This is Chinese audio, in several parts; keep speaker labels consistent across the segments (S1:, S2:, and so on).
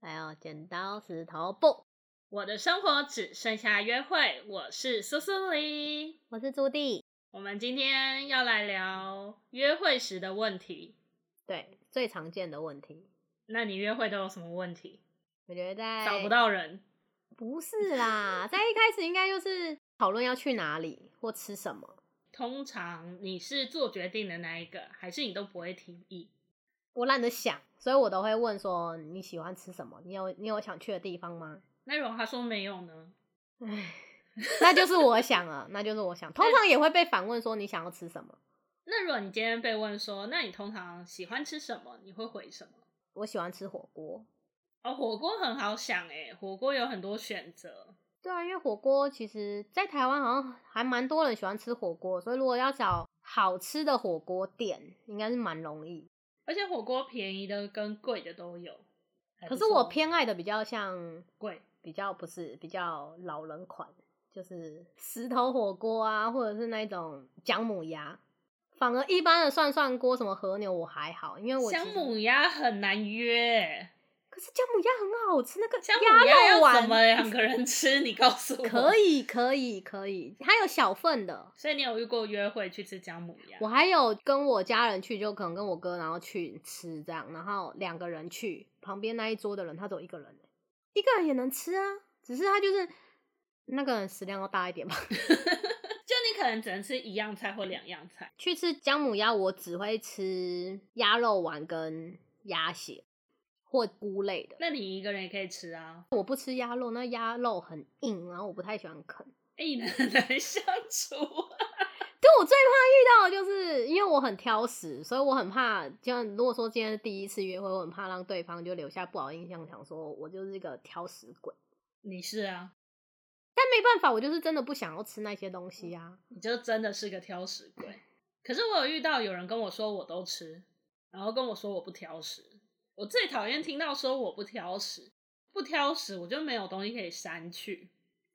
S1: 还有剪刀石头布。
S2: 我的生活只剩下约会，我是苏苏黎。
S1: 我是朱棣。
S2: 我们今天要来聊约会时的问题。
S1: 对，最常见的问题，
S2: 那你约会都有什么问题？
S1: 我觉得在
S2: 找不到人，
S1: 不是啦，在一开始应该就是讨论要去哪里或吃什么。
S2: 通常你是做决定的那一个，还是你都不会提议？
S1: 我懒得想，所以我都会问说你喜欢吃什么？你有你有想去的地方吗？
S2: 那如果他说没有呢？
S1: 唉，那就是我想了，那就是我 想。通常也会被反问说你想要吃什么？
S2: 那如果你今天被问说，那你通常喜欢吃什么？你会回什么？
S1: 我喜欢吃火锅。
S2: 哦，火锅很好想诶，火锅有很多选择。
S1: 对啊，因为火锅其实，在台湾好像还蛮多人喜欢吃火锅，所以如果要找好吃的火锅店，应该是蛮容易。
S2: 而且火锅便宜的跟贵的都有。还
S1: 可是
S2: 错
S1: 我偏爱的比较像
S2: 贵，
S1: 比较不是比较老人款，就是石头火锅啊，或者是那种姜母鸭。反而一般的涮涮锅，什么和牛我还好，因为我其实
S2: 姜母鸭很难约，
S1: 可是姜母鸭很好吃，那个
S2: 姜母鸭
S1: 肉
S2: 要
S1: 丸
S2: 怎么两个人吃？你告诉我
S1: 可。以可以可以，它有小份的。
S2: 所以你有遇过约会去吃姜母鸭
S1: 我？还有跟我家人去，就可能跟我哥，然后去吃这样，然后两个人去，旁边那一桌的人他只有一个人，欸一个人也能吃啊，只是他就是那个人食量要大一点吧。
S2: 就你可能只能吃一样菜或两样菜。
S1: 去吃姜母鸭，我只会吃鸭肉丸跟鸭血或菇类的，
S2: 那你一个人也可以吃啊。
S1: 我不吃鸭肉，那鸭肉很硬，然后我不太喜欢啃。
S2: 哎、你很 难相处。啊
S1: 对，我最怕遇到的就是因为我很挑食，所以我很怕，就像如果说今天是第一次约会，我很怕让对方就留下不好印象，想说我就是一个挑食鬼。
S2: 你是啊，
S1: 但没办法，我就是真的不想要吃那些东西啊。
S2: 你就真的是个挑食鬼。可是我有遇到有人跟我说我都吃，然后跟我说我不挑食。我最讨厌听到说我不挑食，不挑食我就没有东西可以删去。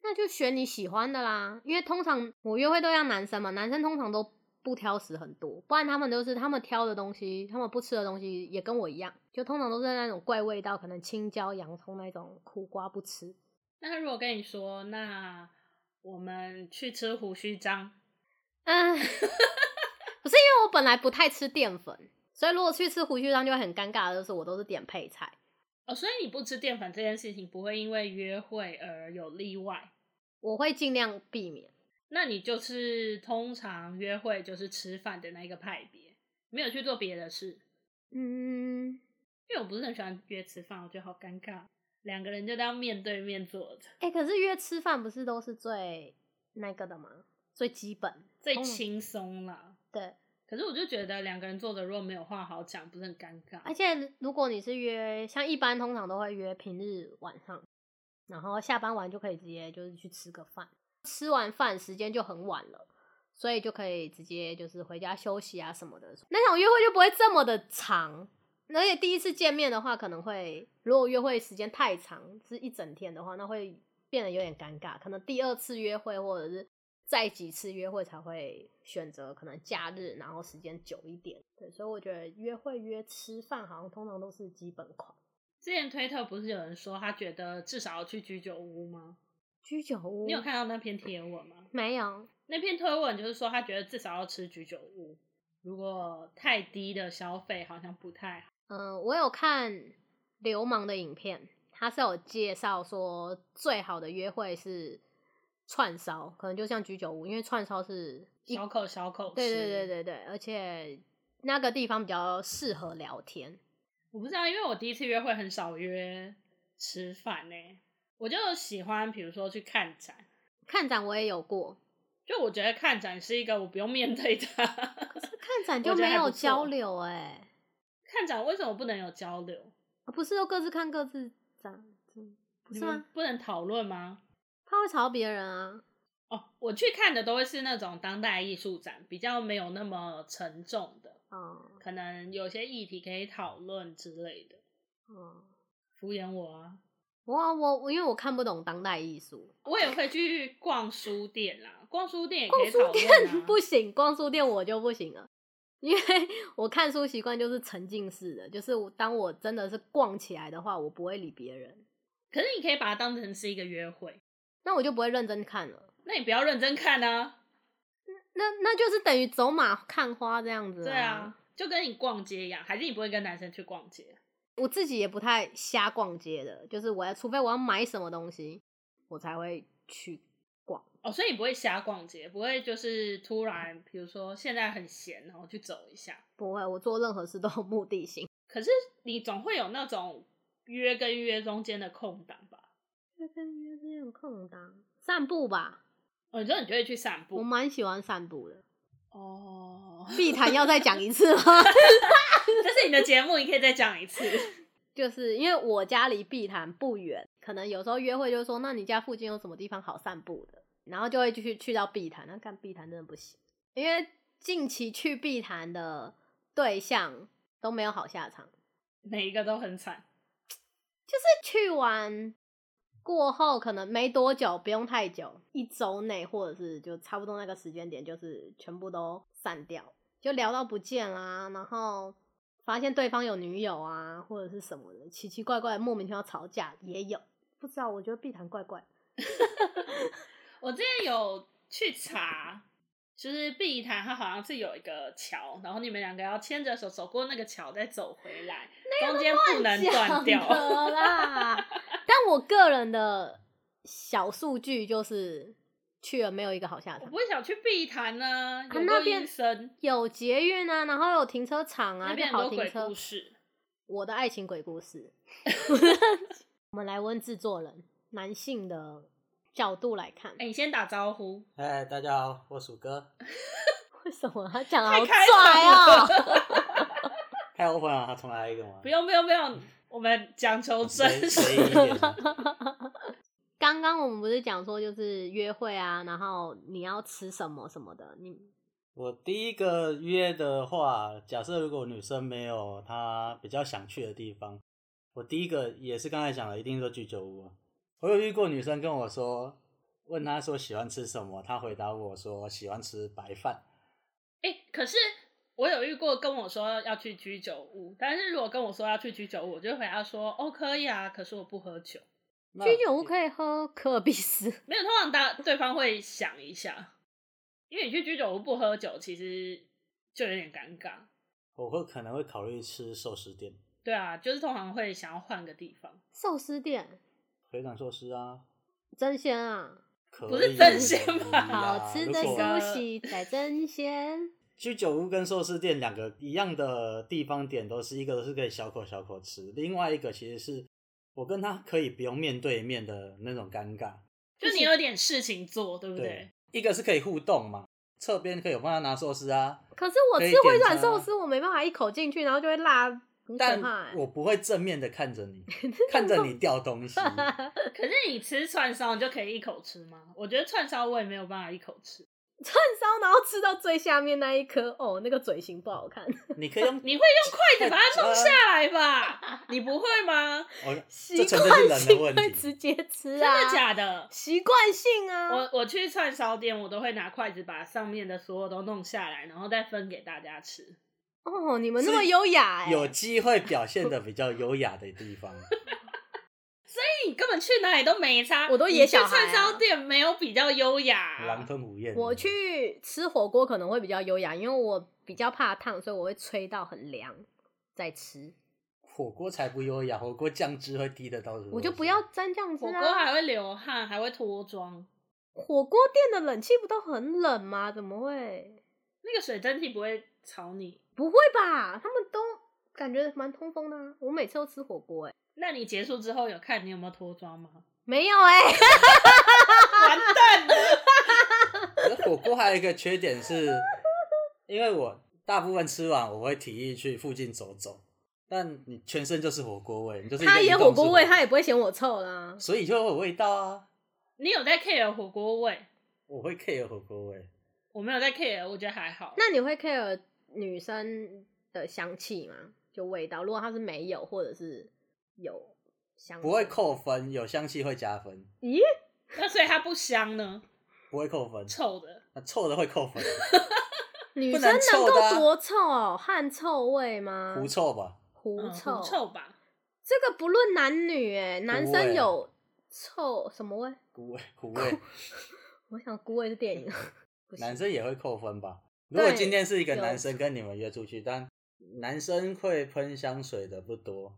S1: 那就选你喜欢的啦，因为通常我约会都要男生嘛，男生通常都不挑食很多，不然他们都是他们挑的东西，他们不吃的东西也跟我一样，就通常都是那种怪味道，可能青椒、洋葱那种苦瓜不吃。
S2: 那他如果跟你说，那我们去吃胡须章，
S1: 嗯，不是因为我本来不太吃淀粉，所以如果去吃胡须章就会很尴尬的，就是我都是点配菜。
S2: 哦，所以你不吃淀粉这件事情不会因为约会而有例外。
S1: 我会尽量避免，
S2: 那你就是通常约会就是吃饭的那一个派别，没有去做别的事。
S1: 嗯，
S2: 因为我不是很喜欢约吃饭，我觉得好尴尬，两个人就当面对面坐着，
S1: 哎、可是约吃饭不是都是最那个的吗？最基本，
S2: 最
S1: 通常
S2: 轻松啦。
S1: 对，
S2: 可是我就觉得两个人坐着如果没有话好讲，不是很尴尬？
S1: 而且如果你是约，像一般通常都会约平日晚上，然后下班完就可以直接就是去吃个饭，吃完饭时间就很晚了，所以就可以直接就是回家休息啊什么的。那场约会就不会这么的长，而且第一次见面的话，可能会如果约会时间太长，是一整天的话，那会变得有点尴尬。可能第二次约会或者是再几次约会才会选择可能假日，然后时间久一点。对，所以我觉得约会约吃饭好像通常都是基本款。
S2: 之前推特不是有人说他觉得至少要去居酒屋吗？
S1: 居酒屋
S2: 你有看到那篇贴文吗？
S1: 没有？
S2: 那篇推文就是说他觉得至少要吃居酒屋，如果太低的消费好像不太好。
S1: 嗯，我有看流氓的影片，他是有介绍说最好的约会是串烧，可能就像居酒屋，因为串烧是一
S2: 小口小口吃，
S1: 对对对对对，而且那个地方比较适合聊天。
S2: 我不知道，因为我第一次约会很少约吃饭呢、我就喜欢比如说去看展，
S1: 看展我也有过，
S2: 就我觉得看展是一个我不用面对它。
S1: 看展
S2: 我
S1: 就
S2: 觉得
S1: 没
S2: 还
S1: 有
S2: 不错
S1: 交流哎、
S2: 看展为什么不能有交流？
S1: 啊不是都各自看各自展，嗯不
S2: 你
S1: 是
S2: 们
S1: 吗？
S2: 不能讨论吗？
S1: 怕会吵别人啊。
S2: 哦，我去看的都会是那种当代艺术展，比较没有那么沉重的，
S1: 哦
S2: 可能有些议题可以讨论之类的。
S1: 哦，
S2: 敷衍我啊！
S1: 我我我因为我看不懂当代艺术，
S2: 我也会去逛书店啦，逛书店也可
S1: 逛
S2: 以
S1: 书
S2: 讨论啊。
S1: 店不行，逛书店我就不行了。因为 我看书习惯就是沉浸式的，就是我当我真的是逛起来的话，我不会理别人，
S2: 可是你可以把它当成是一个约会，
S1: 那我就不会认真看了。
S2: 那你不要认真看啊。
S1: 那那就是等于走马看花这样子、
S2: 对啊，，就跟你逛街一样，还是你不会跟男生去逛街？
S1: 我自己也不太瞎逛街的，就是我要除非我要买什么东西，我才会去。
S2: 哦，所以你不会瞎逛街，不会就是突然，比如说现在很闲，然后去走一下。
S1: 不会，我做任何事都有目的性。
S2: 可是你总会有那种约跟约中间的空档吧？
S1: 约跟约之间有空档，散步吧，
S2: 哦，你说你就会去散
S1: 我
S2: 步
S1: 蛮喜欢散步的。
S2: 哦，
S1: 碧潭要再讲一次吗？
S2: 这是你的节目，你可以再讲一次。
S1: 就是因为我家离碧潭不远，可能有时候约会就说，那你家附近有什么地方好散步的？然后就会去去到碧潭，那看碧潭真的不行，因为近期去碧潭的对象都没有好下场，
S2: 每一个都很惨，
S1: 就是去完过后可能没多久，不用太久，一周内或者是就差不多那个时间点，就是全部都散掉，就聊到不见啦、然后发现对方有女友啊，或者是什么的，奇奇怪怪莫名其妙吵架也有，不知道，我觉得碧潭怪怪，
S2: 我之前有去查，就是碧潭，它好像是有一个桥，然后你们两个要牵着手走过那个桥，再走回来，中间不能断掉。
S1: 讲的啦。但我个人的小数据就是去了没有一个好下
S2: 我
S1: 场
S2: 不。会想去碧潭呢，有
S1: 啊那
S2: 多
S1: 边
S2: 阴森，
S1: 有捷运啊，然后有停车场啊，
S2: 那
S1: 就
S2: 边很
S1: 好
S2: 多
S1: 停
S2: 鬼
S1: 车
S2: 故。事。
S1: 我的爱情鬼故事。 我们来问制作人，男性的角度来看，
S2: 哎、你先打招呼，
S3: 嗨，哎大家好，我鼠哥。
S1: 为什么他讲的
S2: 太
S1: 好
S2: 开场
S1: 拽哦、
S3: 太过分了，他重来一个吗？
S2: 不用不用不用，我们讲求真
S3: 随
S2: 实。
S3: 意一点。 啊
S1: 刚刚我们不是讲说就是约会啊，然后你要吃什么什么的，你
S3: 我第一个约的话，假设如果女生没有她比较想去的地方，我第一个也是刚才讲的，一定是居酒屋啊。我有遇过女生跟我说，问她说喜欢吃什么，她回答我说喜欢吃白饭。
S2: 哎、可是我有遇过跟我说要去居酒屋，但是如果跟我说要去居酒屋，我就回答说哦可以啊，可是我不喝酒。
S3: 那
S1: 居酒屋可以喝可尔必斯，
S2: 没有，通常大对方会想一下，因为你去居酒屋不喝酒，其实就有点尴尬。
S3: 我会可能会考虑吃寿司店，
S2: 对啊，就是通常会想要换个地方，
S1: 寿司店
S3: 回转寿司啊，
S1: 真鲜啊，
S3: 可
S2: 不是
S3: 以
S2: 正鲜吧
S3: 啊
S1: 好吃
S3: 如
S1: 的
S3: 果
S1: 苏西在真鲜。
S3: 居酒屋跟寿司店两个一样的地方点，都是一个是可以小口小口吃，另外一个其实是我跟他可以不用面对面的那种尴尬，
S2: 就你有点事情做，对不对？
S3: 对，一个是可以互动嘛，侧边可以有帮他拿寿司啊，
S1: 可是我
S3: 可以
S1: 吃回
S3: 点
S1: 转
S3: 餐
S1: 寿
S3: 啊
S1: 司，我没办法一口进去，然后就会辣，很可怕、
S3: 但
S1: 欸。
S3: 我不会正面的看 着你，看着你掉东西，
S2: 可是你吃串烧，你就可以一口吃吗？我觉得串烧我也没有办法一口吃，
S1: 串烧，然后吃到最下面那一颗，哦，那个嘴型不好 看，
S3: 你可以用
S2: 你会用筷子把它弄下来吧？你不会吗？
S3: 我
S1: 习
S3: 这纯粹是
S1: 惯
S3: 人的
S1: 性
S3: 问
S1: 会
S3: 题，
S1: 直接吃
S2: 真
S1: 啊，
S2: 的假的？
S1: 习惯性啊，
S2: 我我去串烧店，我都会拿筷子把上面的所有都弄下来，然后再分给大家吃。
S1: 哦，你们那么优雅、欸，
S3: 有机会表现的比较优雅的地方，
S2: 你根本去哪里都没差，
S1: 我都
S2: 你
S1: 野
S2: 去
S1: 小孩啊
S2: 串烧店没有比较优雅啊、
S3: 狼吞虎咽。
S1: 我去吃火锅可能会比较优雅，因为我比较怕烫，所以我会吹到很凉再吃，
S3: 火锅才不优雅，火锅酱汁会滴的到处都是。
S1: 我就不要沾酱汁
S2: 火锅
S1: 啊。
S2: 还会流汗，还会脱妆。
S1: 火锅店的冷气不都很冷吗？怎么会？
S2: 那个水蒸气不会吵你。
S1: 不会吧？他们都感觉蛮通风的、啊。我每次都吃火锅、欸，哎，
S2: 那你结束之后有看你有没有脱妆吗？
S1: 没有哎、
S2: 完蛋了！
S3: 可是火锅还有一个缺点是，因为我大部分吃完我会提议去附近走走，但你全身就是火锅味，你就是一个
S1: 他也
S3: 移动式
S1: 火锅味，他也不会嫌我臭啦。
S3: 所以就会有味道啊。
S2: 你有在 care 火锅味？
S3: 我会 care 火锅味，
S2: 我没有在 care，我觉得还好。
S1: 那你会 care 女生的香气吗？就味道，如果她是没有，或者是有香，
S3: 不会。扣分，有香气会加分，
S1: 咦，
S2: 那所以它不香呢，
S3: 不会扣分，
S2: 臭的。
S3: 那臭的会扣分。
S1: 女
S4: 不
S1: 生
S4: 能
S1: 能
S4: 臭的啊
S1: 够多臭、哦？汗臭味吗？
S3: 狐臭吧？
S1: 狐
S2: 嗯
S1: 臭，
S2: 狐臭吧？
S1: 这个不论男女，哎，男
S3: 狐味
S1: 生有臭什么味？
S3: 狐味，狐味，
S1: 我想菇味是电 影，啊不
S3: 男
S1: 是
S3: 生也会扣分吧？如果
S1: 对
S3: 今天是一个
S1: 有
S3: 男生跟你们约出去，但男生会喷香水的不多，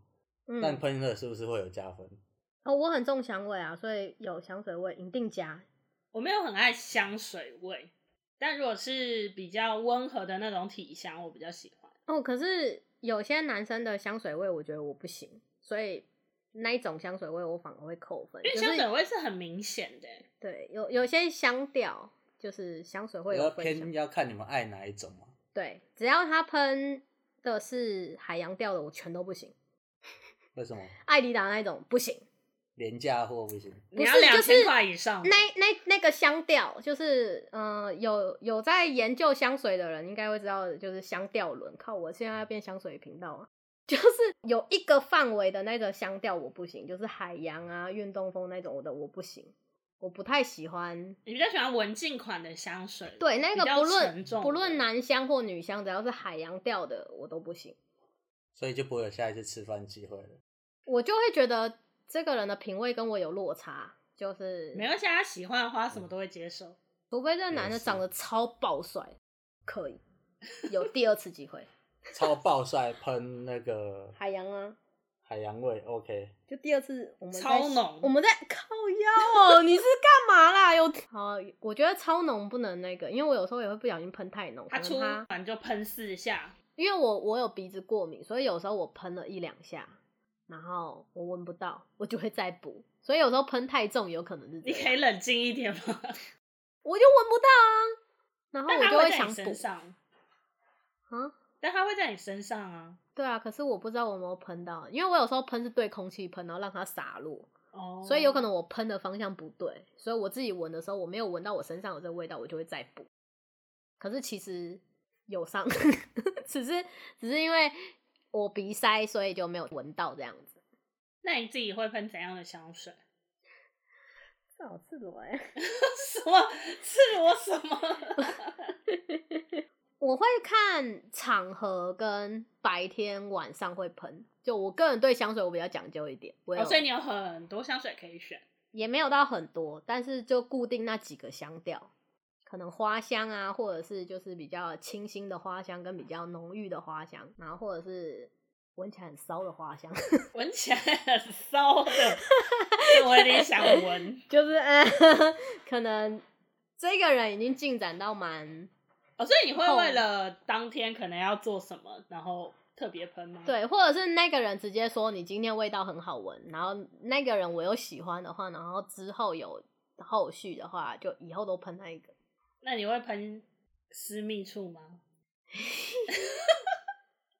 S3: 但
S1: 嗯，
S3: 喷了是不是会有加分？
S1: 哦，我很重香味啊，所以有香水味一定加。
S2: 我没有很爱香水味，但如果是比较温和的那种体香，我比较喜欢。
S1: 哦，可是有些男生的香水味，我觉得我不行，所以那一种香水味我反而会扣分，
S2: 因为
S1: 就
S2: 香
S1: 是
S2: 水味是很明显的欸、
S1: 对有有些香调就是香水会
S3: 要
S1: 有分
S3: 偏
S1: 享，
S3: 要看你们爱哪一种嘛。
S1: 对，只要他喷的是海洋调的，我全都不行。
S3: 为什么
S1: 艾迪达那一种不行，
S3: 廉价货不行？
S2: 你要
S1: 不是
S2: 两
S1: 就是
S2: 千块以上的，
S1: 那那那个香调，就是呃，有有在研究香水的人应该会知道，就是香调轮。靠，我现在要变香水频道啊！ 就是有一个范围的那个香调我不行，就是海洋啊、运动风那种我的我不行，我不太喜欢。
S2: 你比较喜欢文静款的香水？
S1: 对，那
S2: 比
S1: 个
S2: 较
S1: 不
S2: 沉
S1: 论
S2: 重
S1: 不
S2: 的
S1: 论男香或女香，只要是海洋调的我都不行，
S3: 所以就不会有下一次吃饭机会了。
S1: 我就会觉得这个人的品味跟我有落差，就是
S2: 没关系，他喜欢的花什么都会接受。
S1: 除非这个男
S3: 也
S1: 的
S3: 是
S1: 长得超爆帅，可以有第二次机会。
S3: 超爆帅喷那个
S1: 海洋啊，
S3: 海洋味，OK，
S1: 就第二次嗯我们在
S2: 超浓
S1: 我们在靠腰哦，你是干嘛 啦？有好啊，我觉得超浓不能那个，因为我有时候也会不小心喷太浓，
S2: 他
S1: 可能
S2: 出
S1: 它
S2: 完就喷四下，
S1: 因为我我有鼻子过敏，所以有时候我喷了一两下，然后我闻不到，我就会再补，所以有时候喷太重有可能是这
S2: 你可以
S1: 样，
S2: 冷静一点吗？
S1: 我就闻不到啊，然后
S2: 但
S1: 我
S2: 他
S1: 就
S2: 会在
S1: 想
S2: 你身
S1: 补
S2: 上，
S1: 啊。
S2: 但他会在你身上啊。
S1: 对啊，可是我不知道我有没有喷到，因为我有时候喷是对空气喷，然后让它洒落，
S2: 哦，
S1: 所以有可能我喷的方向不对，所以我自己闻的时候我没有闻到我身上有这个味道，我就会再补。可是其实有伤， 只是只是因为我鼻塞，所以就没有闻到这样子。
S2: 那你自己会喷怎样的香水？
S1: 这好赤裸哎！
S2: 什么赤裸什么？
S1: 我会看场合跟白天晚上会喷，就我个人对香水我比较讲究一点，我有、
S2: 哦，所以你有很多香水可以选。
S1: 也没有到很多，但是就固定那几个香调，可能花香啊，或者是就是比较清新的花香，跟比较浓郁的花香，然后或者是闻起来很骚的花香，
S2: 闻起来很骚的，这我有点想闻。
S1: 就是 呃，可能这个人已经进展到蛮
S2: 哦，所以你会为了当天可能要做什么，然后特别喷吗？，
S1: 对，或者是那个人直接说你今天味道很好闻，然后那个人我又喜欢的话，然后之后有后续的话，就以后都喷那一个。
S2: 那你会喷私密处吗？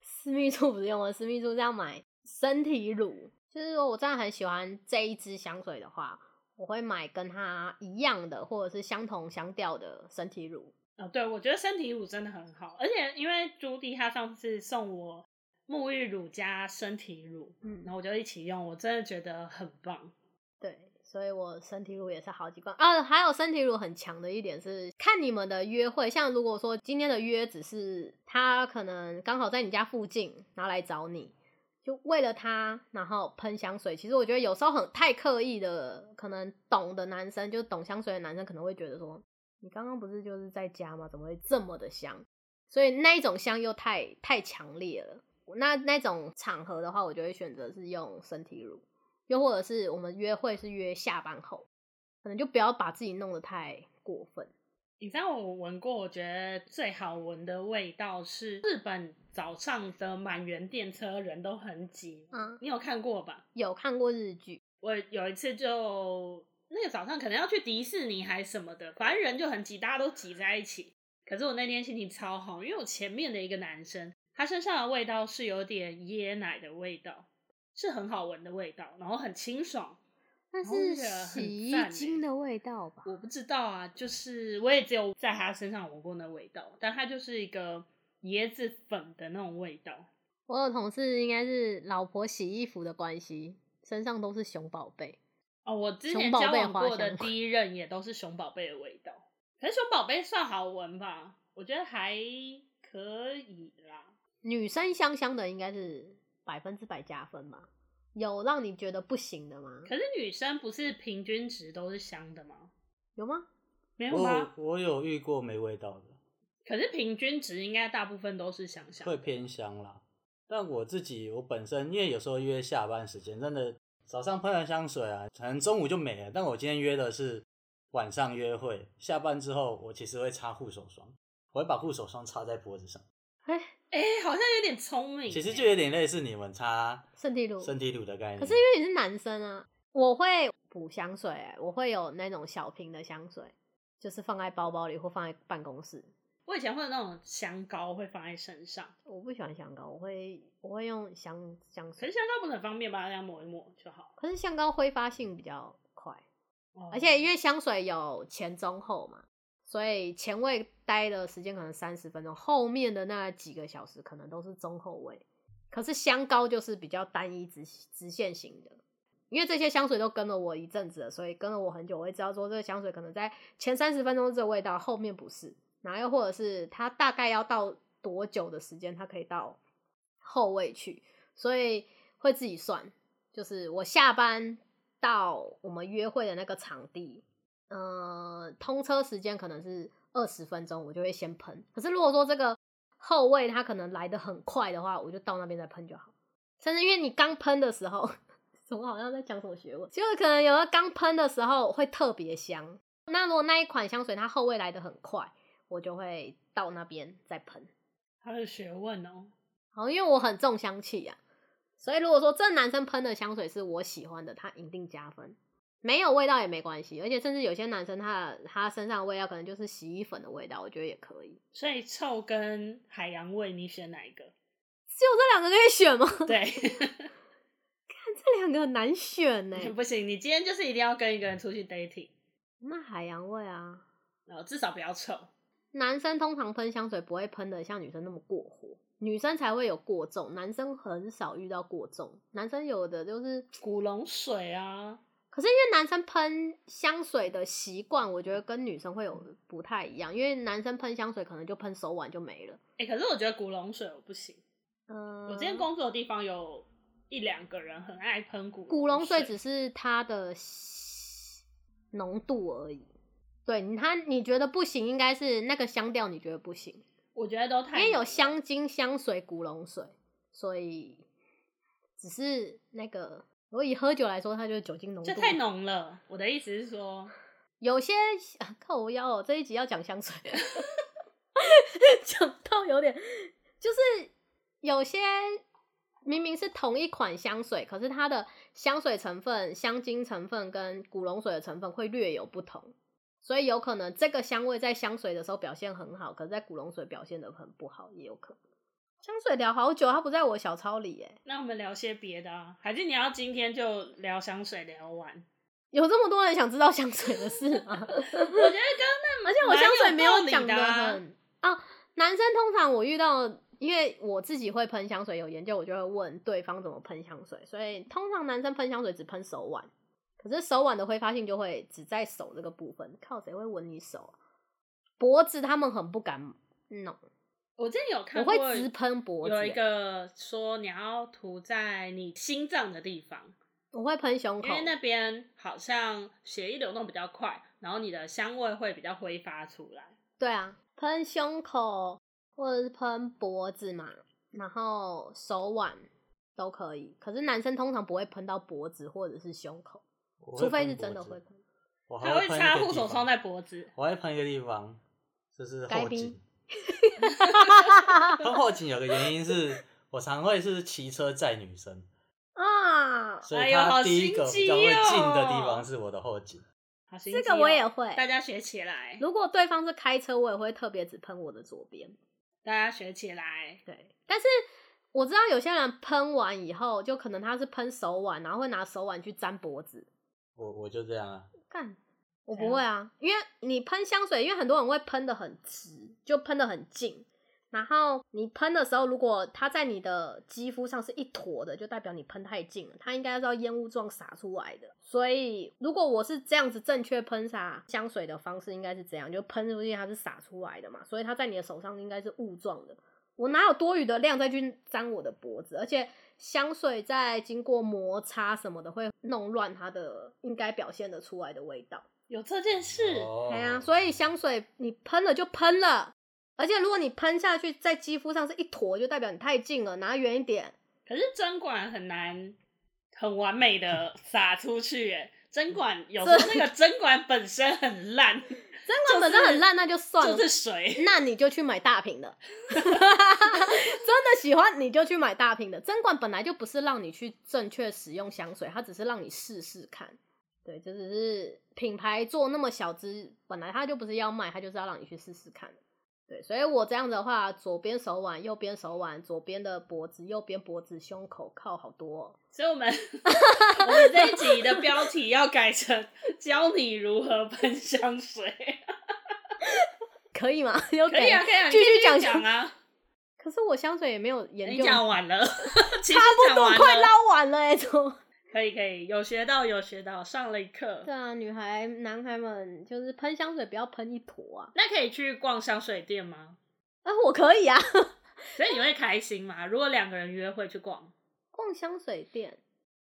S1: 私密处 不是用了，私密处是要买身体乳。就是说我真的很喜欢这一支香水的话，我会买跟它一样的或者是相同香调的身体乳。
S2: 哦，对，我觉得身体乳真的很好，而且因为朱棣他上次送我沐浴乳加身体乳，
S1: 嗯
S2: 然后我就一起用，我真的觉得很棒。
S1: 对，所以我身体乳也是好几罐啊。还有身体乳很强的一点是，看你们的约会，像如果说今天的约只是他可能刚好在你家附近，然后来找你，就为了他然后喷香水。其实我觉得有时候很太刻意的，可能懂的男生就懂香水的男生可能会觉得说，你刚刚不是就是在家吗？怎么会这么的香？所以那一种香又太太强烈了。那那种场合的话，我就会选择是用身体乳。又或者是我们约会是约下班后，可能就不要把自己弄得太过分。
S2: 你知道我闻过，我觉得最好闻的味道是日本早上的满员电车，人都很挤。
S1: 嗯，
S2: 你有看过吧？
S1: 有看过日剧，
S2: 我有一次就那个早上可能要去迪士尼还是什么的，反正人就很挤，大家都挤在一起。可是我那天心情超好，因为我前面的一个男生，他身上的味道是有点椰奶的味道，是很好闻的味道，然后很清爽。
S1: 但
S2: 哦那
S1: 是
S2: 个很
S1: 洗
S2: 赞
S1: 衣
S2: 欸
S1: 精的味道吧？
S2: 我不知道啊，就是我也只有在他身上闻过那味道，但它就是一个椰子粉的那种味道。
S1: 我有同事应该是老婆洗衣服的关系，身上都是熊宝贝。
S2: 哦，我之
S1: 熊
S2: 前
S1: 宝
S2: 交
S1: 贝
S2: 往
S1: 花
S2: 过
S1: 香
S2: 的第一任也都是熊宝贝的味道，可是熊宝贝算好闻吧？我觉得还可以啦。
S1: 女生香香的应该是百分之百加分吧？有让你觉得不行的吗？
S2: 可是女生不是平均值都是香的吗？
S1: 有吗？
S2: 没有
S3: 我
S2: 吗？
S3: 有我有遇过没味道的，
S2: 可是平均值应该大部分都是香香
S3: 会
S2: 的，
S3: 偏香啦。但我自己我本身因为有时候约下班时间，真的早上喷了香水啊，可能中午就没了。但我今天约的是晚上约会，下班之后我其实会擦护手霜，我会把护手霜擦在脖子上，
S1: 哎、
S2: 哎、好像有点聪明欸、
S3: 其实就有点类似你们擦
S1: 圣地乳，
S3: 身体乳的概念。
S1: 可是因为你是男生啊，我会补香水、欸我会有那种小瓶的香水，就是放在包包里或放在办公室。
S2: 我以前会有那种香膏会放在身上，
S1: 我不喜欢香膏，我会我会用香香
S2: 可是
S1: 水，
S2: 香膏不是很方便吧？这样抹一抹就好。
S1: 可是香膏挥发性比较快，
S2: 哦
S1: 而且因为香水有前中后嘛，所以前味待的时间可能三十分钟，后面的那几个小时可能都是中后味。可是香膏就是比较单一直直线型的，因为这些香水都跟了我一阵子了，所以跟了我很久，我会知道说这个香水可能在前三十分钟是这个味道，后面不是，然后又或者是它大概要到多久的时间，它可以到后味去，所以会自己算，就是我下班到我们约会的那个场地，呃，通车时间可能是二十分钟，我就会先喷。可是如果说这个后味它可能来的很快的话，我就到那边再喷就好。甚至因为你刚喷的时候， 怎么好像在讲什么学问？就是可能有的刚喷的时候会特别香。那如果那一款香水它后味来的很快，我就会到那边再喷。
S2: 还有学问哦，
S1: 好，因为我很重香气啊，所以如果说这男生喷的香水是我喜欢的，他一定加分。没有味道也没关系，而且甚至有些男生他的他身上的味道可能就是洗衣粉的味道，我觉得也可以。
S2: 所以臭跟海洋味，你选哪一个？
S1: 只有这两个可以选吗？
S2: 对，
S1: 这两个很难选 呢、
S2: 不行，你今天就是一定要跟一个人出去 dating，
S1: 那海洋味啊，
S2: 然后至少不要臭。
S1: 男生通常喷香水不会喷的像女生那么过火，女生才会有过重，男生很少遇到过重。男生有的就是，
S2: 古龙水啊，
S1: 可是因为男生喷香水的习惯，我觉得跟女生会有不太一样，因为男生喷香水可能就喷手腕就没了。
S2: 哎、可是我觉得古龙水我不行。
S1: 嗯，
S2: 我之前工作的地方有一两个人很爱喷古
S1: 嗯古龙水
S2: 水，
S1: 只是它的浓度而已。对你，它你觉得不行，应该是那个香调你觉得不行。
S2: 我觉得都太
S1: 因为
S2: 浓
S1: 有
S2: 了
S1: 香精、香水、古龙水，所以只是那个，我以喝酒来说，它就是酒精浓度
S2: 就太。浓了。我的意思是说，
S1: 有些、啊、靠我腰哦，这一集要讲香水， 讲到有点，就是有些明明是同一款香水，可是它的香水成分、香精成分跟古龙水的成分会略有不同。所以有可能这个香味在香水的时候表现很好，可是在古龙水表现的很不好，也有可能。香水聊好久，它不在我小抄里耶，
S2: 那我们聊些别的啊，还是你要今天就聊香水聊完？
S1: 有这么多人想知道香水的事吗？
S2: 我觉得刚刚那
S1: 而且我香水没
S2: 蛮有道理
S1: 讲
S2: 的
S1: 的
S2: 啊
S1: 很啊。男生通常我遇到，因为我自己会喷香水，有研究，我就会问对方怎么喷香水。所以通常男生喷香水只喷手腕，可是手腕的挥发性就会只在手这个部分。靠，谁会闻你手啊？脖子他们很不敢弄，
S2: 我之前有
S1: 我
S2: 看过，
S1: 会直喷脖子、欸
S2: 有一个说你要涂在你心脏的地方，
S1: 我会喷胸口
S2: 因，为那边好像血液流动比较快，然后你的香味会比较挥发出来。
S1: 对啊，喷胸口或者是喷脖子嘛，然后手腕都可以。可是男生通常不会喷到脖子或者是胸口，
S3: 我会
S1: 除非
S3: 喷
S1: 是
S3: 脖
S1: 真的
S3: 子
S1: 会，喷。
S3: 我哦还
S2: 他会
S3: 喷一
S2: 擦
S3: 个
S2: 护
S3: 地
S2: 手
S3: 方
S2: 霜在脖子，
S3: 我会喷一个地方，就是
S1: 该
S3: 后
S1: 冰
S3: 颈。喷后颈有个原因是，我常会是骑车载女生，
S1: 啊，
S3: 所
S2: 哎
S3: 以
S2: 呦好
S3: 她第一
S2: 心
S3: 个
S2: 机
S3: 比较会进的
S2: 哦
S3: 地方是我的后颈。
S2: 好心
S1: 这
S2: 机
S1: 个我
S2: 哦
S1: 也会。
S2: 大家学起来，
S1: 如果对方是开车，我也会特别只喷我的左边。
S2: 大家学起来。
S1: 对，但是我知道有些人喷完以后，就可能他是喷手腕，然后会拿手腕去沾脖子。
S3: 我我就这样啊，
S1: 干，我
S2: 怎
S1: 不会啊，因为你喷香水，因为很多人会喷的很直，就喷的很近，然后你喷的时候，如果它在你的肌肤上是一坨的，就代表你喷太近了，它应该是要烟雾状洒出来的。所以如果我是这样子正确喷洒香水的方式，应该是这样，就喷出去它是洒出来的嘛，所以它在你的手上应该是雾状的。我哪有多余的量再去沾我的脖子？而且香水在经过摩擦什么的，会弄乱它的应该表现得出来的味道。
S2: 有这件事，
S3: 哦
S1: 哎呀，所以香水你喷了就喷了，而且如果你喷下去在肌肤上是一坨，就代表你太近了，拿远一点。
S2: 可是针管很难很完美的 撒出去耶。针管有时候那个针管本身 很烂，
S1: 针管本身很烂，那就算了，
S2: 就是 水。
S1: 那你就去买大瓶的。 真的喜欢你就去买大瓶的。针管本来就不是让你去正确使用香水，它只是让你试试看。对，这只是品牌做那么小支，本来它就不是要卖，它就是要让你去试试看。对，所以我这样的话，左边手腕，右边手腕，左边的脖子，右边脖子，胸口，靠，好多、哦。
S2: 所以我们我们这一集的标题要改成 “教你如何喷香水
S1: 可以吗？ 有”。
S2: 可以啊，可以啊，
S1: 继
S2: 你可以
S1: 续
S2: 继续
S1: 讲
S2: 讲。啊。
S1: 可是我香水也没有研
S2: 你
S1: 究，
S2: 讲
S1: 差
S2: 完了，其实
S1: 不
S2: 讲完
S1: 多
S2: 了
S1: 快捞完了哎、怎么？
S2: 可以可以，有学到有学到，上了一课
S1: 对。啊，女孩、男孩们就是喷香水不要喷一坨啊！
S2: 那可以去逛香水店吗？
S1: 啊，我可以啊，
S2: 所以你会开心吗？如果两个人约会去逛，
S1: 逛香水店。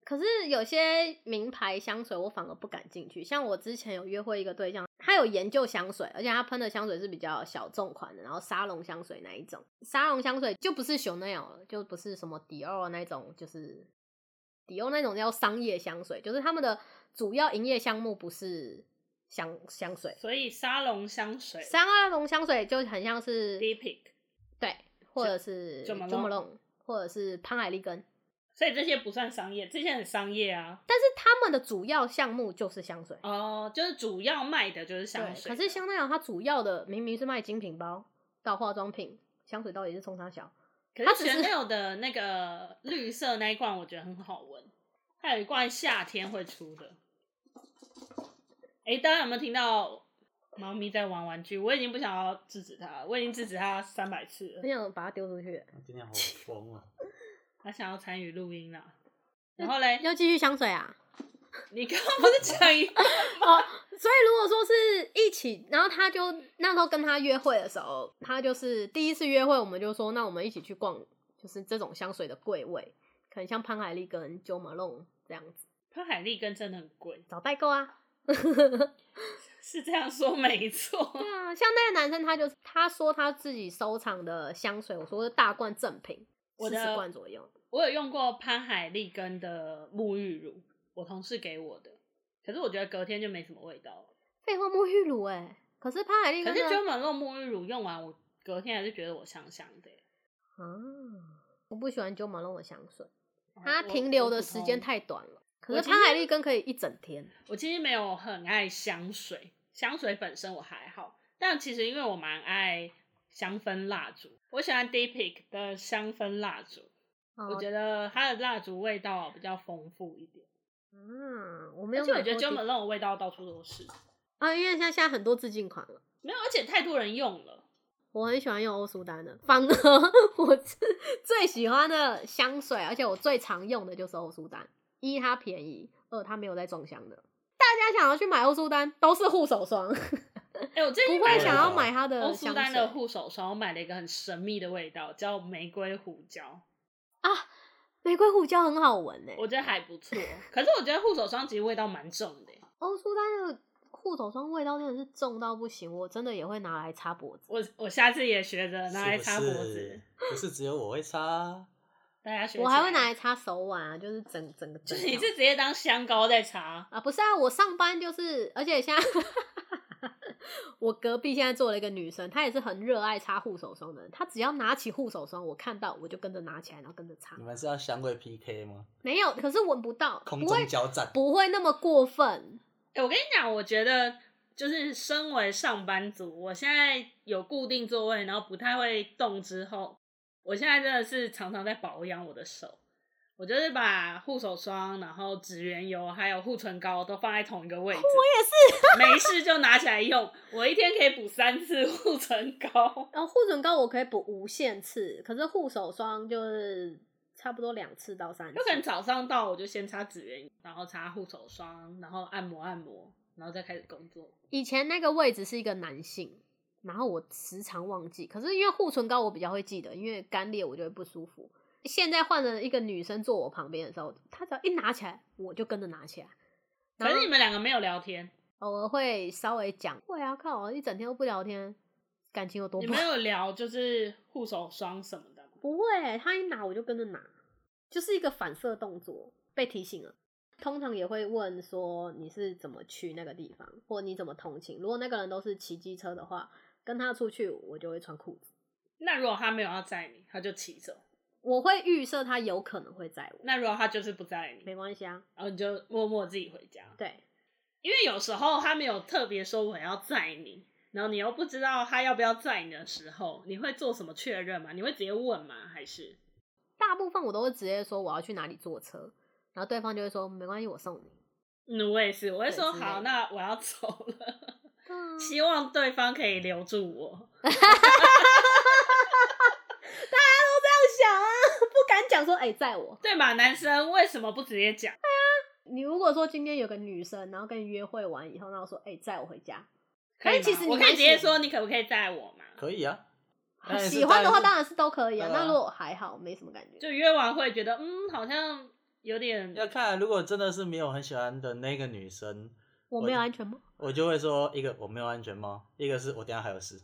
S1: 可是有些名牌香水我反而不敢进去，像我之前有约会一个对象，他有研究香水，而且他喷的香水是比较小众款的，然后沙龙香水那一种，沙龙香水就不是 Chanel 了，就不是什么迪奥那种，就是迪奥那种叫商业香水，就是他们的主要营业项目不是香香水，
S2: 所以沙龙香水
S1: 沙龙香水就很像是
S2: d p i c
S1: 对，或者是
S2: Jo
S1: Jo
S2: Malone
S1: Malone，或者是潘海利根，
S2: 所以这些不算商业，这些很商业啊。
S1: 但是他们的主要项目就是香水。
S2: 哦，就是主要卖的就是香
S1: 对，
S2: 水。
S1: 可是香奈儿它主要的明明是卖精品包到化妆品，香水到底是冲啥小？
S2: 可
S1: 它
S2: 是
S1: 只是
S2: 全 a 的那个绿色那一罐，我觉得很好闻。还有一罐夏天会出的。哎、大家有没有听到猫咪在玩玩具？我已经不想要制止它了，我已经制止它三百次了
S1: 很。想把它丢出去。
S3: 今天好疯啊！
S2: 它想要参与录音啦。然后嘞，
S1: 要继续香水啊？
S2: 你刚刚不是讲一
S1: 哦，所以如果说是一起，然后他就那时候跟他约会的时候，他就是第一次约会，我们就说那我们一起去逛，就是这种香水的柜位，可能像潘海利根、Jo Malone 这样子
S2: 潘海利根真的很贵，
S1: 找代购啊。
S2: 是这样说没错。
S1: 对啊，像那个男生，他就是他说他自己收藏的香水，我说是大罐正品，
S2: 我
S1: 四
S2: 的
S1: 十罐左右。
S2: 我有用过潘海利根的沐浴乳，我同事给我的，可是我觉得隔天就没什么味道了。
S1: 废话，沐浴乳哎、可是潘海利
S2: 可
S1: 根
S2: 是
S1: 的
S2: 专门用沐浴乳用完，我隔天还是觉得我香香的耶。
S1: 啊，我不喜欢九马龙的香水，
S2: 哦
S1: 它
S2: 我
S1: 停留的
S2: 我普
S1: 时
S2: 通
S1: 间太短了。可
S2: 我
S1: 是
S2: 其
S1: 潘
S2: 实
S1: 海利根可以一整天，
S2: 我其实没有很爱香水，香水本身我还好，但其实因为我蛮爱香氛蜡烛，我喜欢 Deepic 的香氛蜡烛，
S1: 哦
S2: 我觉得它的蜡烛味道比较丰富一点，
S1: 嗯，我没
S2: 而
S1: 有
S2: 且
S1: 买过
S2: 我觉
S1: 迪。
S2: 得 Jo Malone 的味道到处都是，
S1: 啊，因为像现在很多致敬款了。
S2: 没有，而且太多人用了。
S1: 我很喜欢用欧舒丹的，反而 我是最喜欢的香水，而且我最常用的就是欧舒丹。一它便宜，二它没有在装箱的。大家想要去买欧舒丹，都是护手霜，
S2: 哎、我最近
S1: 不
S2: 买
S1: 会
S2: 了
S1: 想要买它的
S2: 欧
S1: 香
S2: 舒
S1: 水
S2: 丹的护手霜，我买了一个很神秘的味道，叫玫瑰胡椒。
S1: 啊。玫瑰胡椒很好闻诶、
S2: 我觉得还不错。可是我觉得护手霜其实味道蛮重的耶，欸
S1: 欧舒丹的护手霜味道真的是重到不行，我真的也会拿来擦脖子。
S2: 我我下次也学着 拿来
S3: 是
S2: 擦
S3: 不
S2: 脖
S3: 是
S2: 子，，
S3: 不是只有我会擦。啊
S2: 大家学。
S1: 我还会拿，来擦手腕啊，就是整整个
S2: 就
S1: 整
S2: 是你
S1: 条
S2: 是直接当香膏在擦。
S1: 啊，不是啊，我上班就是，而且现在我隔壁现在坐了一个女生，她也是很热爱擦护手霜的人。她只要拿起护手霜，我看到我就跟着拿起来，然后跟着擦
S3: 你。们是要香味 PK 吗？
S1: 没有，可是闻不到，
S3: 嗯空
S1: 不会
S3: 中交战，
S1: 不会那么过分。
S2: 哎、我跟你讲，我觉得就是身为上班族，我现在有固定座位，然后不太会动之后，我现在真的是常常在保养我的手。我就是把护手霜、然后指缘油还有护唇膏都放在同一个位置，
S1: 也是。
S2: 没事就拿起来用。我一天可以补三次护唇膏，
S1: 然后护唇膏我可以补无限次，可是护手霜就是差不多两次到三次。
S2: 有可能早上到我就先擦指缘，然后擦护手霜，然后按摩按摩，然后再开始工作。
S1: 以前那个位置是一个男性，然后我时常忘记。可是因为护唇膏我比较会记得，因为干裂我就会不舒服。现在换了一个女生坐我旁边的时候，她只要一拿起来，我就跟着拿起来。
S2: 可是你们两个没有聊天，
S1: 偶尔会稍微讲，会啊，看我一整天都不聊天，感情有多
S2: 你
S1: 不
S2: 们
S1: 好？
S2: 有聊就是护手霜什么的吗？
S1: 不会，她一拿我就跟着拿，就是一个反射动作，被提醒了。通常也会问说你是怎么去那个地方，或你怎么通勤。如果那个人都是骑机车的话，跟他出去我就会穿裤子。
S2: 那如果他没有要载你，他就骑走；
S1: 我会预设他有可能会载我，
S2: 那如果他就是不载你，
S1: 没关系啊。
S2: 然后你就默默自己回家。
S1: 对，
S2: 因为有时候他没有特别说我要载你，然后你又不知道他要不要载你的时候，你会做什么确认吗？你会直接问吗？还是
S1: 大部分我都会直接说我要去哪里坐车，然后对方就会说没关系，我送你。
S2: 嗯，我也是，我会说
S1: 对之类的
S2: 好，那我要 走了，
S1: 嗯
S2: 希望对方可以留住我。
S1: 这样想啊， 不敢讲说哎、载我。
S2: 对嘛，男生为什么不直 接讲？
S1: 你如果说今天有个女生，然后跟你约会完以后，然后说哎、载我回家，
S2: 可以
S1: 哎其
S2: 吗
S1: 实你
S2: 我可以
S1: 蛮
S2: 直接
S1: 喜欢
S2: 说，你可不可以载我嘛？
S3: 可以啊。当然是
S1: 喜欢的话
S3: 当
S1: 当
S3: 然
S1: 然是都可以啊。
S3: 对啊
S1: 那如果还好，没什么感觉，
S2: 就约完会觉得嗯，好像有点
S3: 是要看，啊如果真的是没有很喜欢的那个女生，
S1: 我没有安全帽，
S3: 我就会说一个我没有安全帽，一个是我等一下还有事，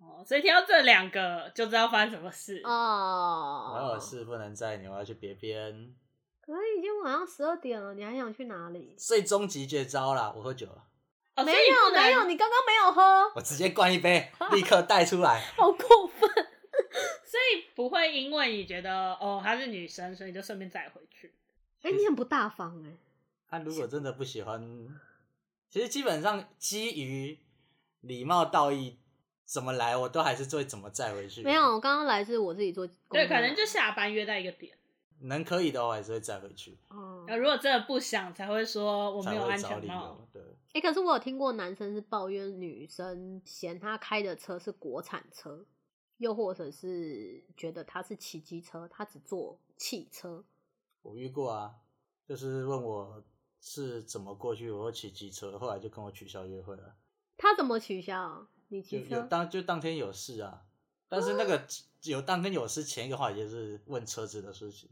S2: 哦，所以听到这两个就知道发生什么事。
S1: 哦，
S3: 我有事不能载你，我要去别边。
S1: 可是已经晚上十二点了，你还想去哪里？
S3: 最终极绝招啦，我喝酒了，
S2: 哦，
S1: 没
S2: 所以
S1: 有
S2: 不能
S1: 没有，你刚刚没有喝，
S3: 我直接灌 一杯，立刻带出来。
S1: 好过分。
S2: 所以不会因为你觉得哦她是女生，所以就顺便载回去。
S1: 哎、你很不大方哎、
S3: 他、如果真的不 喜欢，其实基本上基于礼貌道义怎么来，我都还是会怎么载回去。
S1: 没有，我刚刚来是我自己做功课
S2: 对，
S1: 来的，
S2: 可能就下班约在一个点，
S3: 能可以的话，我还是会载回去。
S1: 哦
S2: 然后如果真的不想，才会说我
S3: 才
S2: 没有
S3: 会
S2: 安
S3: 找
S2: 全
S3: 理
S2: 帽
S3: 由。对，
S1: 哎、可是我有听过男生是抱怨女生嫌他开的车是国产车，又或者是觉得他是骑机车，他只坐汽车。
S3: 我遇过啊，就是问我是怎么过去，我会骑机车，后来就跟我取消约会了。
S1: 他怎么取消？你
S3: 就
S1: 骑
S3: 有
S1: 车？
S3: 当就当天有事啊，但是那个、有当天有事前一个话题就是问车子的事情，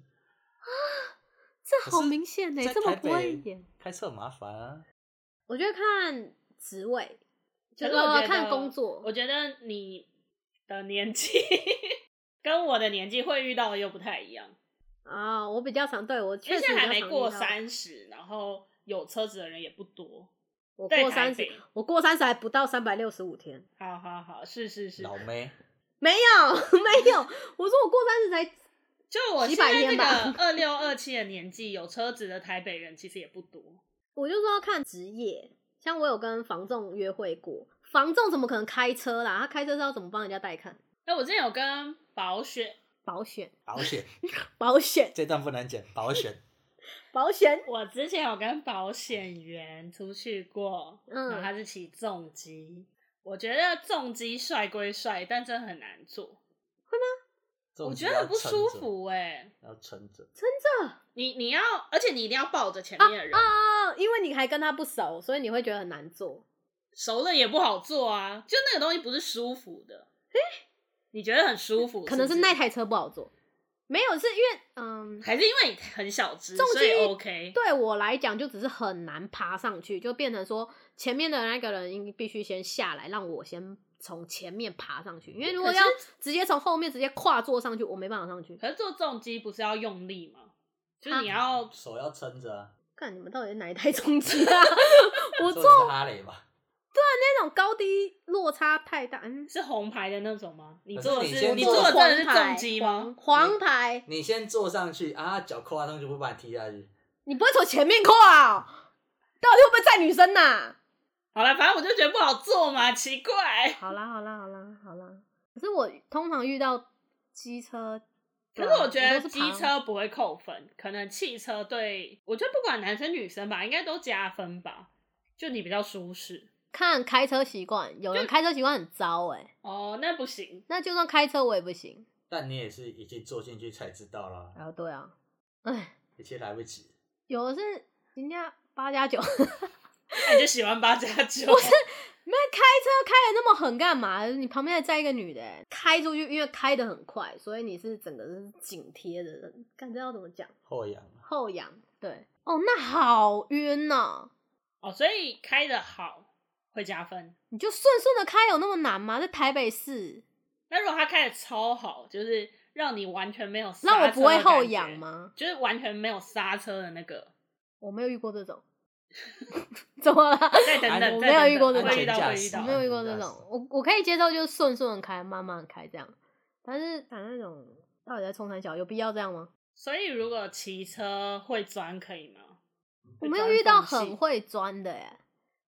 S1: 这好
S3: 可是
S1: 明显呢、欸
S3: 在
S1: 这么
S3: 台
S1: 不会
S3: 北
S1: 演。
S3: 开车很麻烦啊。
S1: 我觉得看职位，就
S2: 可是我觉得
S1: 哦看工作。
S2: 我觉得你的年纪 跟我的年纪会遇到的又不太一样，
S1: 啊，我比较常对我
S2: 因为
S1: 确实
S2: 现在还
S1: 比较
S2: 没
S1: 常
S2: 过
S1: 遇到，
S2: 三十，然后有车子的人也不多。
S1: 我
S2: 在
S1: 过
S2: 台
S1: 三十
S2: 北，
S1: 我过三十还不到三百六十五天。
S2: 好好好，是是是，
S3: 老妹，
S1: 没有， 没有。我说我过三十才，
S2: 就我
S1: 几
S2: 现
S1: 百
S2: 在这
S1: 天
S2: 个
S1: 吧
S2: 二六二七的年纪，有车子的台北人其实也不多。
S1: 我就说要看职业。像我有跟房仲约会过，房仲怎么可能开车啦？他开车是要怎么帮人家带看？
S2: 那我之前有跟保险，
S1: 保险，
S3: 保险
S1: 保险，
S3: 这段不能剪，保险
S1: 保险。
S2: 我之前有跟保险员出去过，
S1: 嗯
S2: 然后他是骑重机。我觉得重机帅归帅，但真的很难做，
S3: 这种
S2: 我
S3: 事
S2: 觉得
S3: 要
S2: 很不
S3: 撑
S2: 舒
S3: 着，
S2: 服哎、
S3: 要撑着。
S2: 你你要，而且你一定要抱着前面的人，
S1: 哦，因为你还跟他不熟，所以你会觉得很难做。
S2: 熟了也不好做啊。就那个东西不是舒服的，你觉得很舒服，
S1: 可能
S2: 是
S1: 是
S2: 不是
S1: 那台车不好做，没有是因为嗯，
S2: 还是因为你很小只，
S1: 重机
S2: 所以 OK。
S1: 对我来讲就只是很难爬上去，就变成说前面的那个人应必须先下来，让我先从前面爬上去。因为如果
S2: 可是
S1: 要直接从后面直接跨坐上去，我没办法上去。
S2: 可是做重机不是要用力吗？就是
S1: 他
S2: 你要
S3: 手要撑着啊，
S1: 看你们到底是哪一台重机 啊？我坐
S3: 坐的是哈雷吧。
S1: 那种高低落差太大，嗯，
S2: 是红牌的那种吗？你
S3: 可是
S2: 做的
S3: 你
S2: 是
S3: 先
S2: 你
S3: 做
S2: 做的
S1: 黄
S2: 真的是
S1: 牌
S2: 重机吗？
S1: 黄牌，
S3: 你先坐上去啊，脚扣上去会把你踢下去。
S1: 你不会从前面跨、哦，到底会不会载女生呐、
S2: 好了，反正我就觉得不好做嘛，奇怪。
S1: 好啦，好啦，好啦，好啦。可是我通常遇到机车
S2: 可
S1: 对啊
S2: 是我觉得
S1: 我都是
S2: 机
S1: 旁
S2: 车不会扣分，可能汽车对我觉得不管男生女生吧，应该都加分吧。就你比较舒适
S1: 看开车习惯，有人开车习惯很糟哎、
S2: 哦，那不行。
S1: 那就算开车我也不行。
S3: 但你也是已经坐进去才知道啦，
S1: 然后对啊，哎，
S3: 一切来不及。
S1: 有的是人家八加九，
S2: 那你就喜欢八加九，不是
S1: 那开车开的那么狠干嘛？你旁边还载一个女的、欸，开出去，因为开的很快，所以你是整个是紧贴着的。看这要怎么讲？
S3: 后仰，
S1: 后仰，对，哦，那好晕呐、
S2: 哦，所以开的好会加分。
S1: 你就顺顺的开，有那么难吗？在台北市，
S2: 那如果他开的超好，就是让你完全没有刹
S1: 让我
S2: 车
S1: 不会
S2: 的感
S1: 后
S2: 觉
S1: 仰？吗？
S2: 就是完全没有刹车的那个。
S1: 我没有遇过这种， 怎么了？
S2: 再等等，
S1: 哎我
S2: 再
S1: 没有
S2: 等
S1: 遇
S2: 等
S1: 过这种
S2: 会遇到会遇
S3: 安全驾
S1: 我
S3: 驶
S2: 到
S1: 没。有遇过这种，我我可以接受，就是顺顺的开，慢慢开这样。但是打那种到底在冲山小，有必要这样吗？
S2: 所以如果骑车会钻可以吗？
S1: 我
S2: 会
S1: 没有
S2: 钻
S1: 遇到
S2: 缝隙
S1: 很会钻的耶，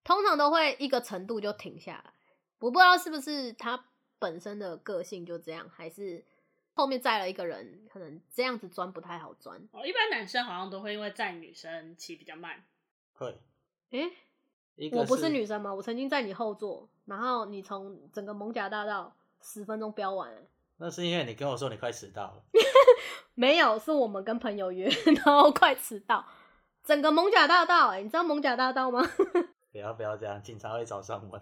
S1: 通常都会一个程度就停下来。我不知道是不是他本身的个性就这样，还是后面载了一个人，可能这样子钻不太好钻。
S2: 哦，一般男生好像都会因为载女生骑比较慢，
S3: 会。
S1: 诶、
S3: 一个
S1: 我不是女生吗？我曾经在你后座，然后你从整个蒙甲大道十分钟飙完耶、
S3: 那是因为你跟我说你快迟到了，
S1: 没有，是我们跟朋友约， 然后快迟到，整个蒙甲大道、欸，你知道蒙甲大道吗？
S3: 不要不要这样，警察会找上门。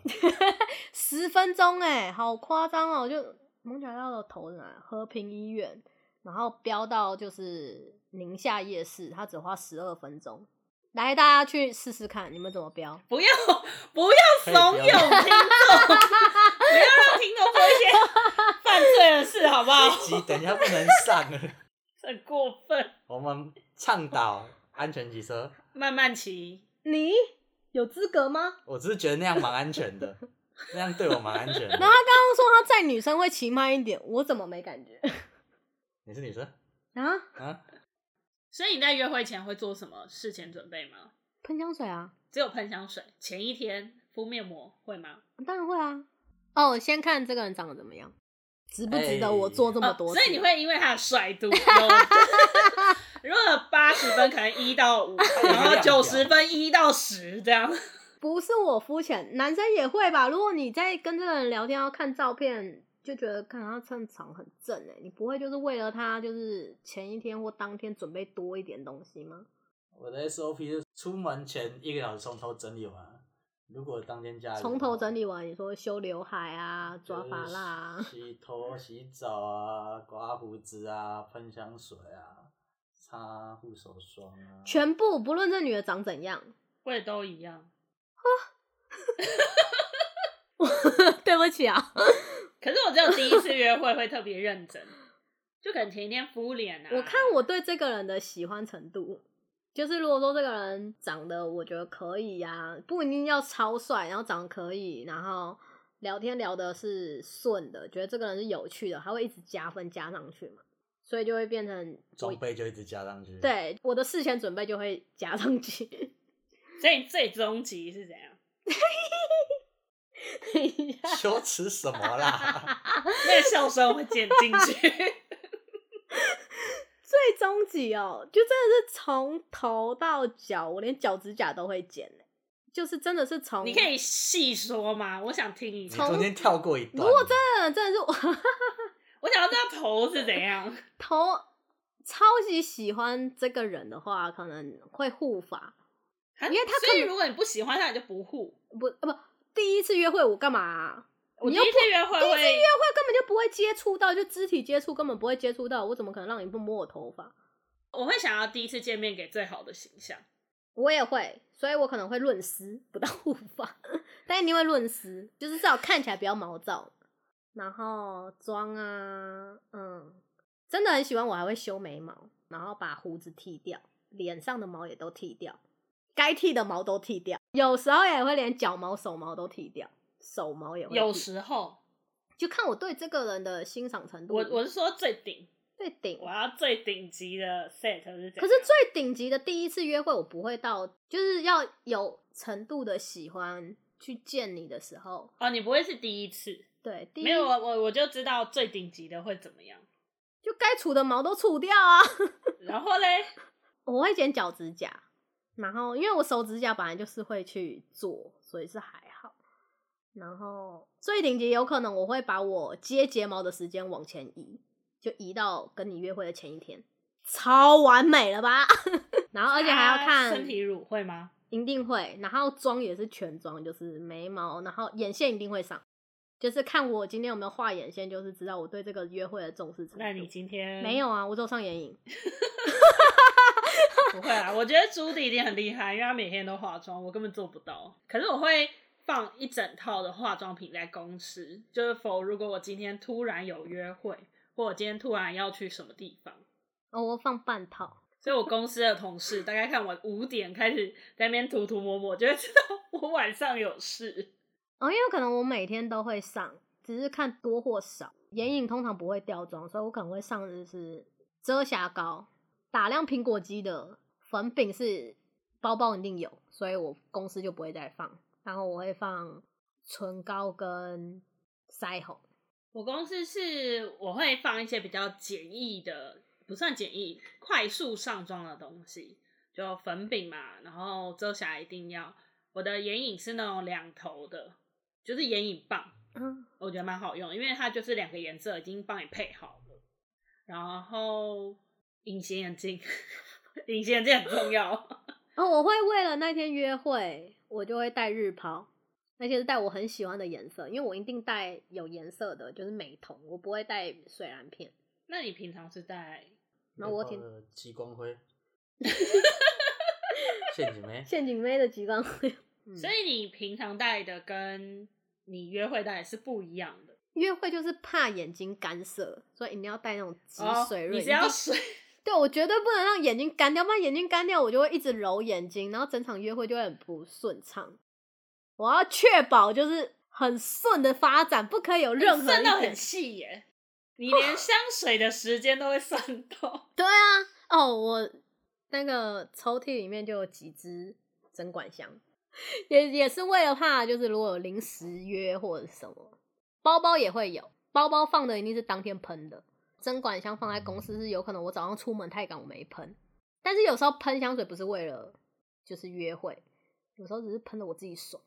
S1: 十分钟哎、好夸张哦！就蒙甲大道的头是哪？和平医院，然后飙到就是宁夏夜市，它只花十二分钟。来，大家去试试看，你们怎么飙？
S2: 不要不要怂恿听众，不要让听众做一些 犯罪的事，好不好？
S3: 急，等一下不能上了。
S2: 很过分，
S3: 我们倡导安全骑车，
S2: 慢慢骑。
S1: 你有资格吗？
S3: 我只是觉得那样蛮安 全的，那样对我蛮安全的
S1: 然。后他刚刚说他载女生会骑慢一点，我怎么没感觉
S3: 你是女生
S1: 啊？
S3: 啊？
S2: 所以你在约会前会做什么事前准备吗？
S1: 喷香水啊？
S2: 只有喷香水，前一天敷面膜会吗？
S1: 当然会啊。哦，先看这个人长得怎么样，值不值得我做这么多、啊
S2: 哦，所以你。会因为他的帅度， 有如果八十分可能一到五，然后九十分一到十这样。
S1: 不是我肤浅，男生也会吧。如果你在跟这个人聊天，要看照片，就觉得看他衬场很正哎、你不会就是为了他，就是前一天或当天准备多一点东西吗？
S3: 我的 SOP 是出门前一个小时从头整理完。如果当天
S2: 哎
S3: 家里
S1: 从头整理完，你说修刘海啊，抓发蜡啊，
S3: 洗头、洗澡啊，刮胡子啊，喷香水啊，擦护手霜啊，
S1: 全部不论这女的长怎样，
S2: 我也都一样。
S1: 对不起 啊，
S2: 可是我只有第一次约会会特别认真，就可能前一天敷脸啊。
S1: 我看我对这个人的喜欢程度，就是如果说这个人长得我觉得可以呀、不一定要超帅，然后长得可以，然后聊天聊的是顺的，觉得这个人是有趣的，还会一直加分加上去嘛，所以就会变成
S3: 装备就一直加上去。，
S1: 对我的事前准备就会 加上去。
S2: 所以最终极是怎样？
S1: 等一下
S3: 羞耻什么啦？
S2: 那个笑声会剪进 去。
S1: 最终极哦，就真的是从头到脚，我连脚趾甲都会剪欸就是真的是从
S2: 你可以细说吗？我想听一
S3: 你
S2: 下。
S1: 从
S3: 中间跳过一段，
S1: 如果真的嗯真的是我。
S2: 我想要知道头是怎样。
S1: 头超级喜欢这个人的话，可能会护法。
S2: 因
S1: 为他可能
S2: 啊所以如果你不喜欢他，你就不护。
S1: 不啊不，第一次约会我干嘛啊、
S2: 我
S1: 你
S2: 第
S1: 又
S2: 一次约会
S1: 第一次
S2: 会
S1: 约会根本就不会接触到，就肢体接触根本不会接触到，我怎么可能让你不摸我头发？
S2: 我会想要第一次见面给最好的形象。
S1: 我也会，所以我可能会论丝，不到护发， 但一定会论丝，就是至少看起来比较毛躁。然后妆啊，嗯，真的很喜欢，我还会修眉毛，然后把胡子剃掉，脸上的毛也都剃掉，该剃的毛都剃掉，有时候也会连脚毛、手毛都剃掉，手毛也会剃，
S2: 有时候，
S1: 就看我对这个人的欣赏程度。
S2: 我我是说最顶，
S1: 最顶，
S2: 我要最顶级的 set 是怎样？
S1: 可是最顶级的第一次约会，我不会到，就是要有程度的喜欢去见你的时候，
S2: 哦，你不会是第一次，
S1: 对，第一
S2: 没有我我我就知道最顶级的会怎么样。
S1: 就该除的毛都除掉啊。
S2: 然后嘞，
S1: 我会剪脚趾甲，然后因为我手指甲本来就是会去做，所以是还好。然后最顶级有可能我会把我接睫毛的时间往前移，就移到跟你约会的前一天，超完美了吧？ 然 后而且还要
S2: 擦
S1: 看
S2: 啊身体乳会吗？
S1: 一定会。然后妆也是全妆，就是眉毛，然后眼线一定会上，就是看我今天有没有画眼线，就是知道我对这个约会的重视程度。
S2: 那你今天
S1: 没有啊？我只有上眼影。
S2: 不会啊，我觉得朱迪一定很厉害，因为她每天都化妆，我根本做不到。可是我会放一整套的化妆品在公司，就是否如果我今天突然有约会，或我今天突然要去什么地方，
S1: 哦，我放半套。
S2: 所以我公司的同事大概看我五点开始在那边涂涂抹抹，就会知道我晚上有事。
S1: 哦，因为可能我每天都会上，只是看多或少。眼影通常不会掉妆，所以我可能会上的是遮瑕膏。打量苹果肌的粉饼是包包一定有，所以我公司就不会再放。然后我会放唇膏跟腮红。
S2: 我公司是我会放一些比较简易的，不算简易，快速上妆的东西，就粉饼嘛，然后遮瑕一定要。我的眼影是那种两头的，就是眼影棒，
S1: 嗯，
S2: 我觉得蛮好用，因为它就是两个颜色已经帮你配好了。然后隐形眼镜， 隐形眼镜很重要。
S1: 哦，我会为了那天约会，我就会带日抛，而且是带我很喜欢的颜色，因为我一定带有颜色的，就是美瞳，我不会带水蓝片。
S2: 那你平常是戴
S1: 然后我挺
S3: 的极 光灰，陷阱没？
S1: 陷阱妹的极光 灰。嗯
S2: 所以你平常戴的跟你约会戴的是不一样的，
S1: 约会就是怕眼睛干涩，所以一定要带那种止水
S2: 哦
S1: 润。
S2: 你是
S1: 一
S2: 要
S1: 定
S2: 水，
S1: 对我绝对不能让眼睛干掉，不然眼睛干掉我就会一直揉眼睛，然后整场约会就会很不顺畅。我要确保就是很顺的发展，不可以有 任何
S2: 算
S1: 一
S2: 到很
S1: 点。
S2: 细耶， 你连香水的时间都会算到。
S1: 对啊，哦，我那个抽屉里面就有几支针管香， 也也是为了怕就是如果有临时约或者什么，包包也会有，包包放的一定是当天喷的，针管香放在公司是有可能我早上出门太赶我没喷，但是有时候喷香水不是为了就是约会，有时候只是喷的我自己爽，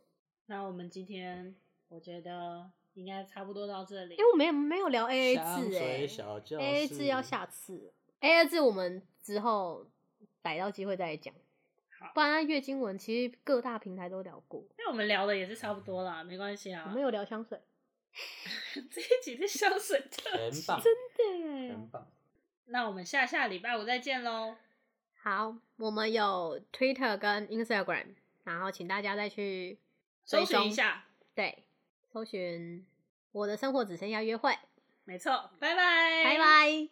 S2: 那我们今天我觉得应该差不多到这里
S1: 因。为我没有没有聊 A A
S3: 香
S1: 制哎、
S3: 水小教
S1: a A
S3: 室
S1: 制要下次 A A 制我们之后逮到机会再讲
S2: 好。
S1: 不然它月经文其实各大平台都聊过，
S2: 那我们聊的也是差不多啦，没关系啊
S1: 我。们有聊香水，
S2: 这一集是香水 特
S3: 全
S2: 辑，
S3: 棒，
S1: 对
S3: 全棒。
S2: 那我们下下礼拜五再见喽。
S1: 好，我们有 Twitter 跟 Instagram，然后请大家再去
S2: 搜
S1: 追
S2: 寻一
S1: 踪，
S2: 下，
S1: 对，搜寻我的生活只剩下约会，
S2: 没错，拜拜，
S1: 拜。拜。